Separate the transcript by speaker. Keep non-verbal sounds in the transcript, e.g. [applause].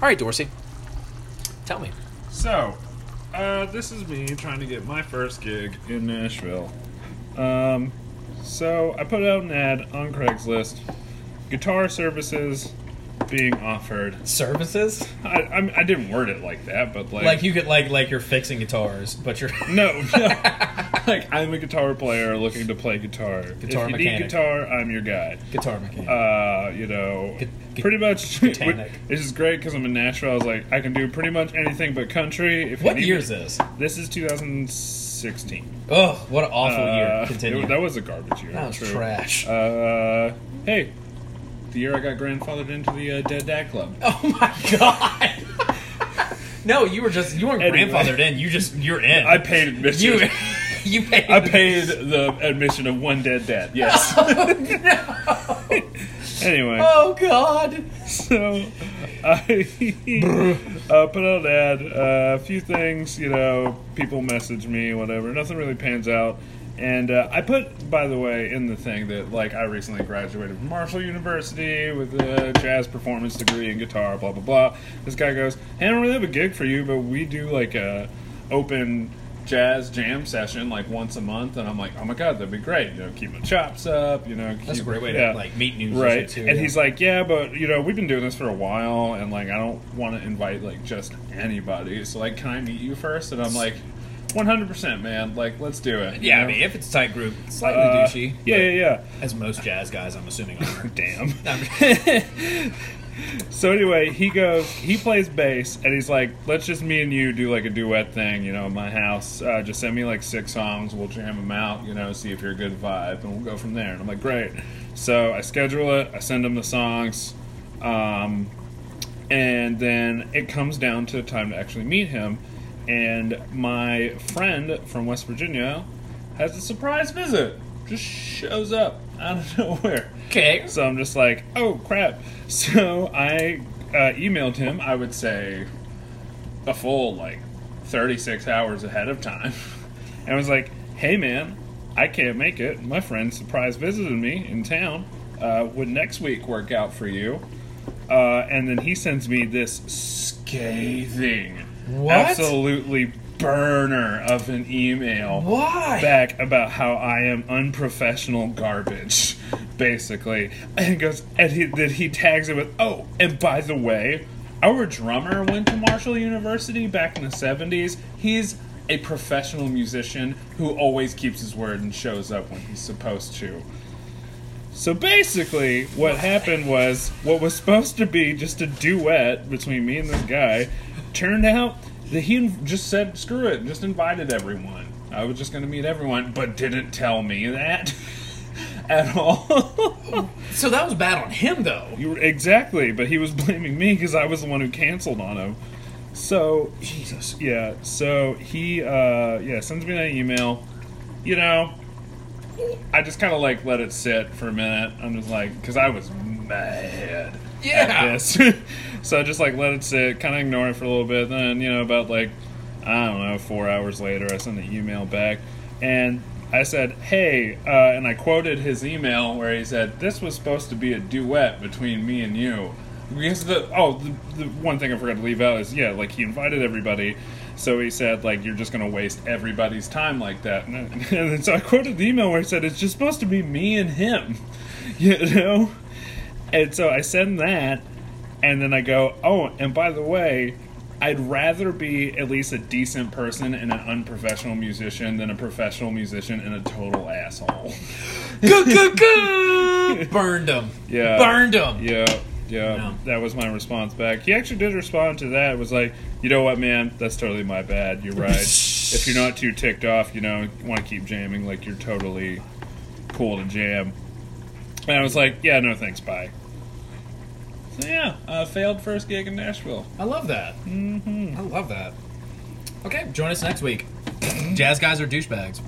Speaker 1: All right, Dorsey. Tell me.
Speaker 2: So, uh, this is me trying to get my first gig in Nashville. Um, so, I put out an ad on Craigslist guitar services being offered.
Speaker 3: Services?
Speaker 2: I, I, I didn't word it like that, but like.
Speaker 3: Like you could like like you're fixing guitars, but you're [laughs]
Speaker 2: No, no. like, I'm a guitar player looking to play guitar.
Speaker 3: Guitar
Speaker 2: if you need
Speaker 3: mechanic.
Speaker 2: guitar, I'm your guy.
Speaker 3: guitar mechanic.
Speaker 2: uh, you know,
Speaker 3: Gu- gu-
Speaker 2: pretty much. [laughs]
Speaker 3: Britannic.
Speaker 2: This is great because I'm in Nashville. I was like, I can do pretty much anything but country. If you
Speaker 3: what
Speaker 2: need
Speaker 3: year
Speaker 2: me-
Speaker 3: is this?
Speaker 2: This is 2016.
Speaker 3: Oh, what an awful year.
Speaker 2: Uh,
Speaker 3: Continue.
Speaker 2: it- that was a garbage year.
Speaker 3: That was
Speaker 2: true.
Speaker 3: trash.
Speaker 2: Uh, hey, the year I got grandfathered into the uh, Dead Dad Club.
Speaker 3: [laughs] oh my god. [laughs] no, you were just you weren't
Speaker 2: Anyway.
Speaker 3: grandfathered in. You just you're in.
Speaker 2: I paid admission.
Speaker 3: you [laughs] you paid.
Speaker 2: I paid the admission of one dead dad.
Speaker 3: [laughs]
Speaker 2: Yes. [laughs] anyway.
Speaker 3: Oh god.
Speaker 2: So I [laughs] uh, put out an ad, uh, a few things, you know, people message me, whatever. Nothing really pans out. And uh, I put, by the way, in the thing that, like, I recently graduated from Marshall University with a jazz performance degree in guitar, blah, blah, blah. This guy goes, hey, I don't really have a gig for you, but we do, like, a open jazz jam session, like, once a month. And I'm like, oh, my God, that'd be great. You know, keep my chops up, you know. Keep,
Speaker 3: That's a great way to
Speaker 2: yeah
Speaker 3: like meet new
Speaker 2: right
Speaker 3: too.
Speaker 2: and he's like yeah but you know we've been doing this for a while and like i don't want to invite like just anybody so like can i meet you first and i'm like 100% man like let's do it
Speaker 3: yeah, I
Speaker 2: you know?
Speaker 3: mean, if it's a tight group, slightly
Speaker 2: Uh,
Speaker 3: douchey.
Speaker 2: yeah
Speaker 3: but
Speaker 2: yeah
Speaker 3: As most jazz guys, I'm assuming are. [laughs]
Speaker 2: yeah damn
Speaker 3: I'm-
Speaker 2: so anyway he goes he plays bass and he's like let's just me and you do like a duet thing you know in my house uh, just send me like six songs we'll jam them out you know see if you're a good vibe and we'll go from there and i'm like great so i schedule it i send him the songs um, and then it comes down to time to actually meet him. And my friend from West Virginia has a surprise visit. Just shows up out of [laughs] nowhere.
Speaker 3: okay.
Speaker 2: So I'm just like, oh crap. [laughs] So I uh, emailed him, I would say a full like 36 hours ahead of time. [laughs] And was like, hey man, I can't make it. My friend surprise visited me in town. Uh, would next week work out for you? Uh, and then he sends me this scathing,
Speaker 3: What?
Speaker 2: absolutely burner of an email
Speaker 3: Why?
Speaker 2: back about how I am unprofessional garbage, basically. And he goes, and he, then he tags it with, oh, and by the way, our drummer went to Marshall University back in the 70s. He's a professional musician who always keeps his word and shows up when he's supposed to. So basically, what happened was what was supposed to be just a duet between me and this guy turned out that he just said, screw it, and just invited everyone. I was just going to meet everyone, but didn't tell me that [laughs] at all. [laughs]
Speaker 3: So that was bad on him, though.
Speaker 2: You were- exactly, but he was blaming me because I was the one who canceled on him. So
Speaker 3: Jesus.
Speaker 2: yeah, so he uh yeah, sends me that email. You know, I just kind of like let it sit for a minute. I'm just like cuz I was mad at
Speaker 3: Yeah.
Speaker 2: this. [laughs] so I just like let it sit, kind of ignore it for a little bit. Then, you know, about like I don't know, 4 hours later, I send the email back and I said, "Hey," uh, and I quoted his email where he said, "This was supposed to be a duet between me and you." Because the oh, the, the one thing I forgot to leave out is yeah, like he invited everybody, so he said like you're just gonna waste everybody's time like that, and, then- [laughs] and then, so I quoted the email where he said it's just supposed to be me and him, [laughs] you know, and so I send that, and then I go, oh, and by the way, I'd rather be at least a decent person and an unprofessional musician than a professional musician and a total asshole. [laughs]
Speaker 3: Good, good, good. Burned him.
Speaker 2: Yeah.
Speaker 3: Burned him.
Speaker 2: yeah, yeah,
Speaker 3: No.
Speaker 2: that was my response back. He actually did respond to that. It was like, you know what, man, that's totally my bad. You're right. if you're not too ticked off, you know, want to keep jamming, like you're totally cool to jam. And I was like, yeah, no thanks, bye. So yeah, uh, failed first gig in Nashville.
Speaker 3: I love that. Mm-hmm. I love that. Okay, join us next week. Jazz guys are douchebags.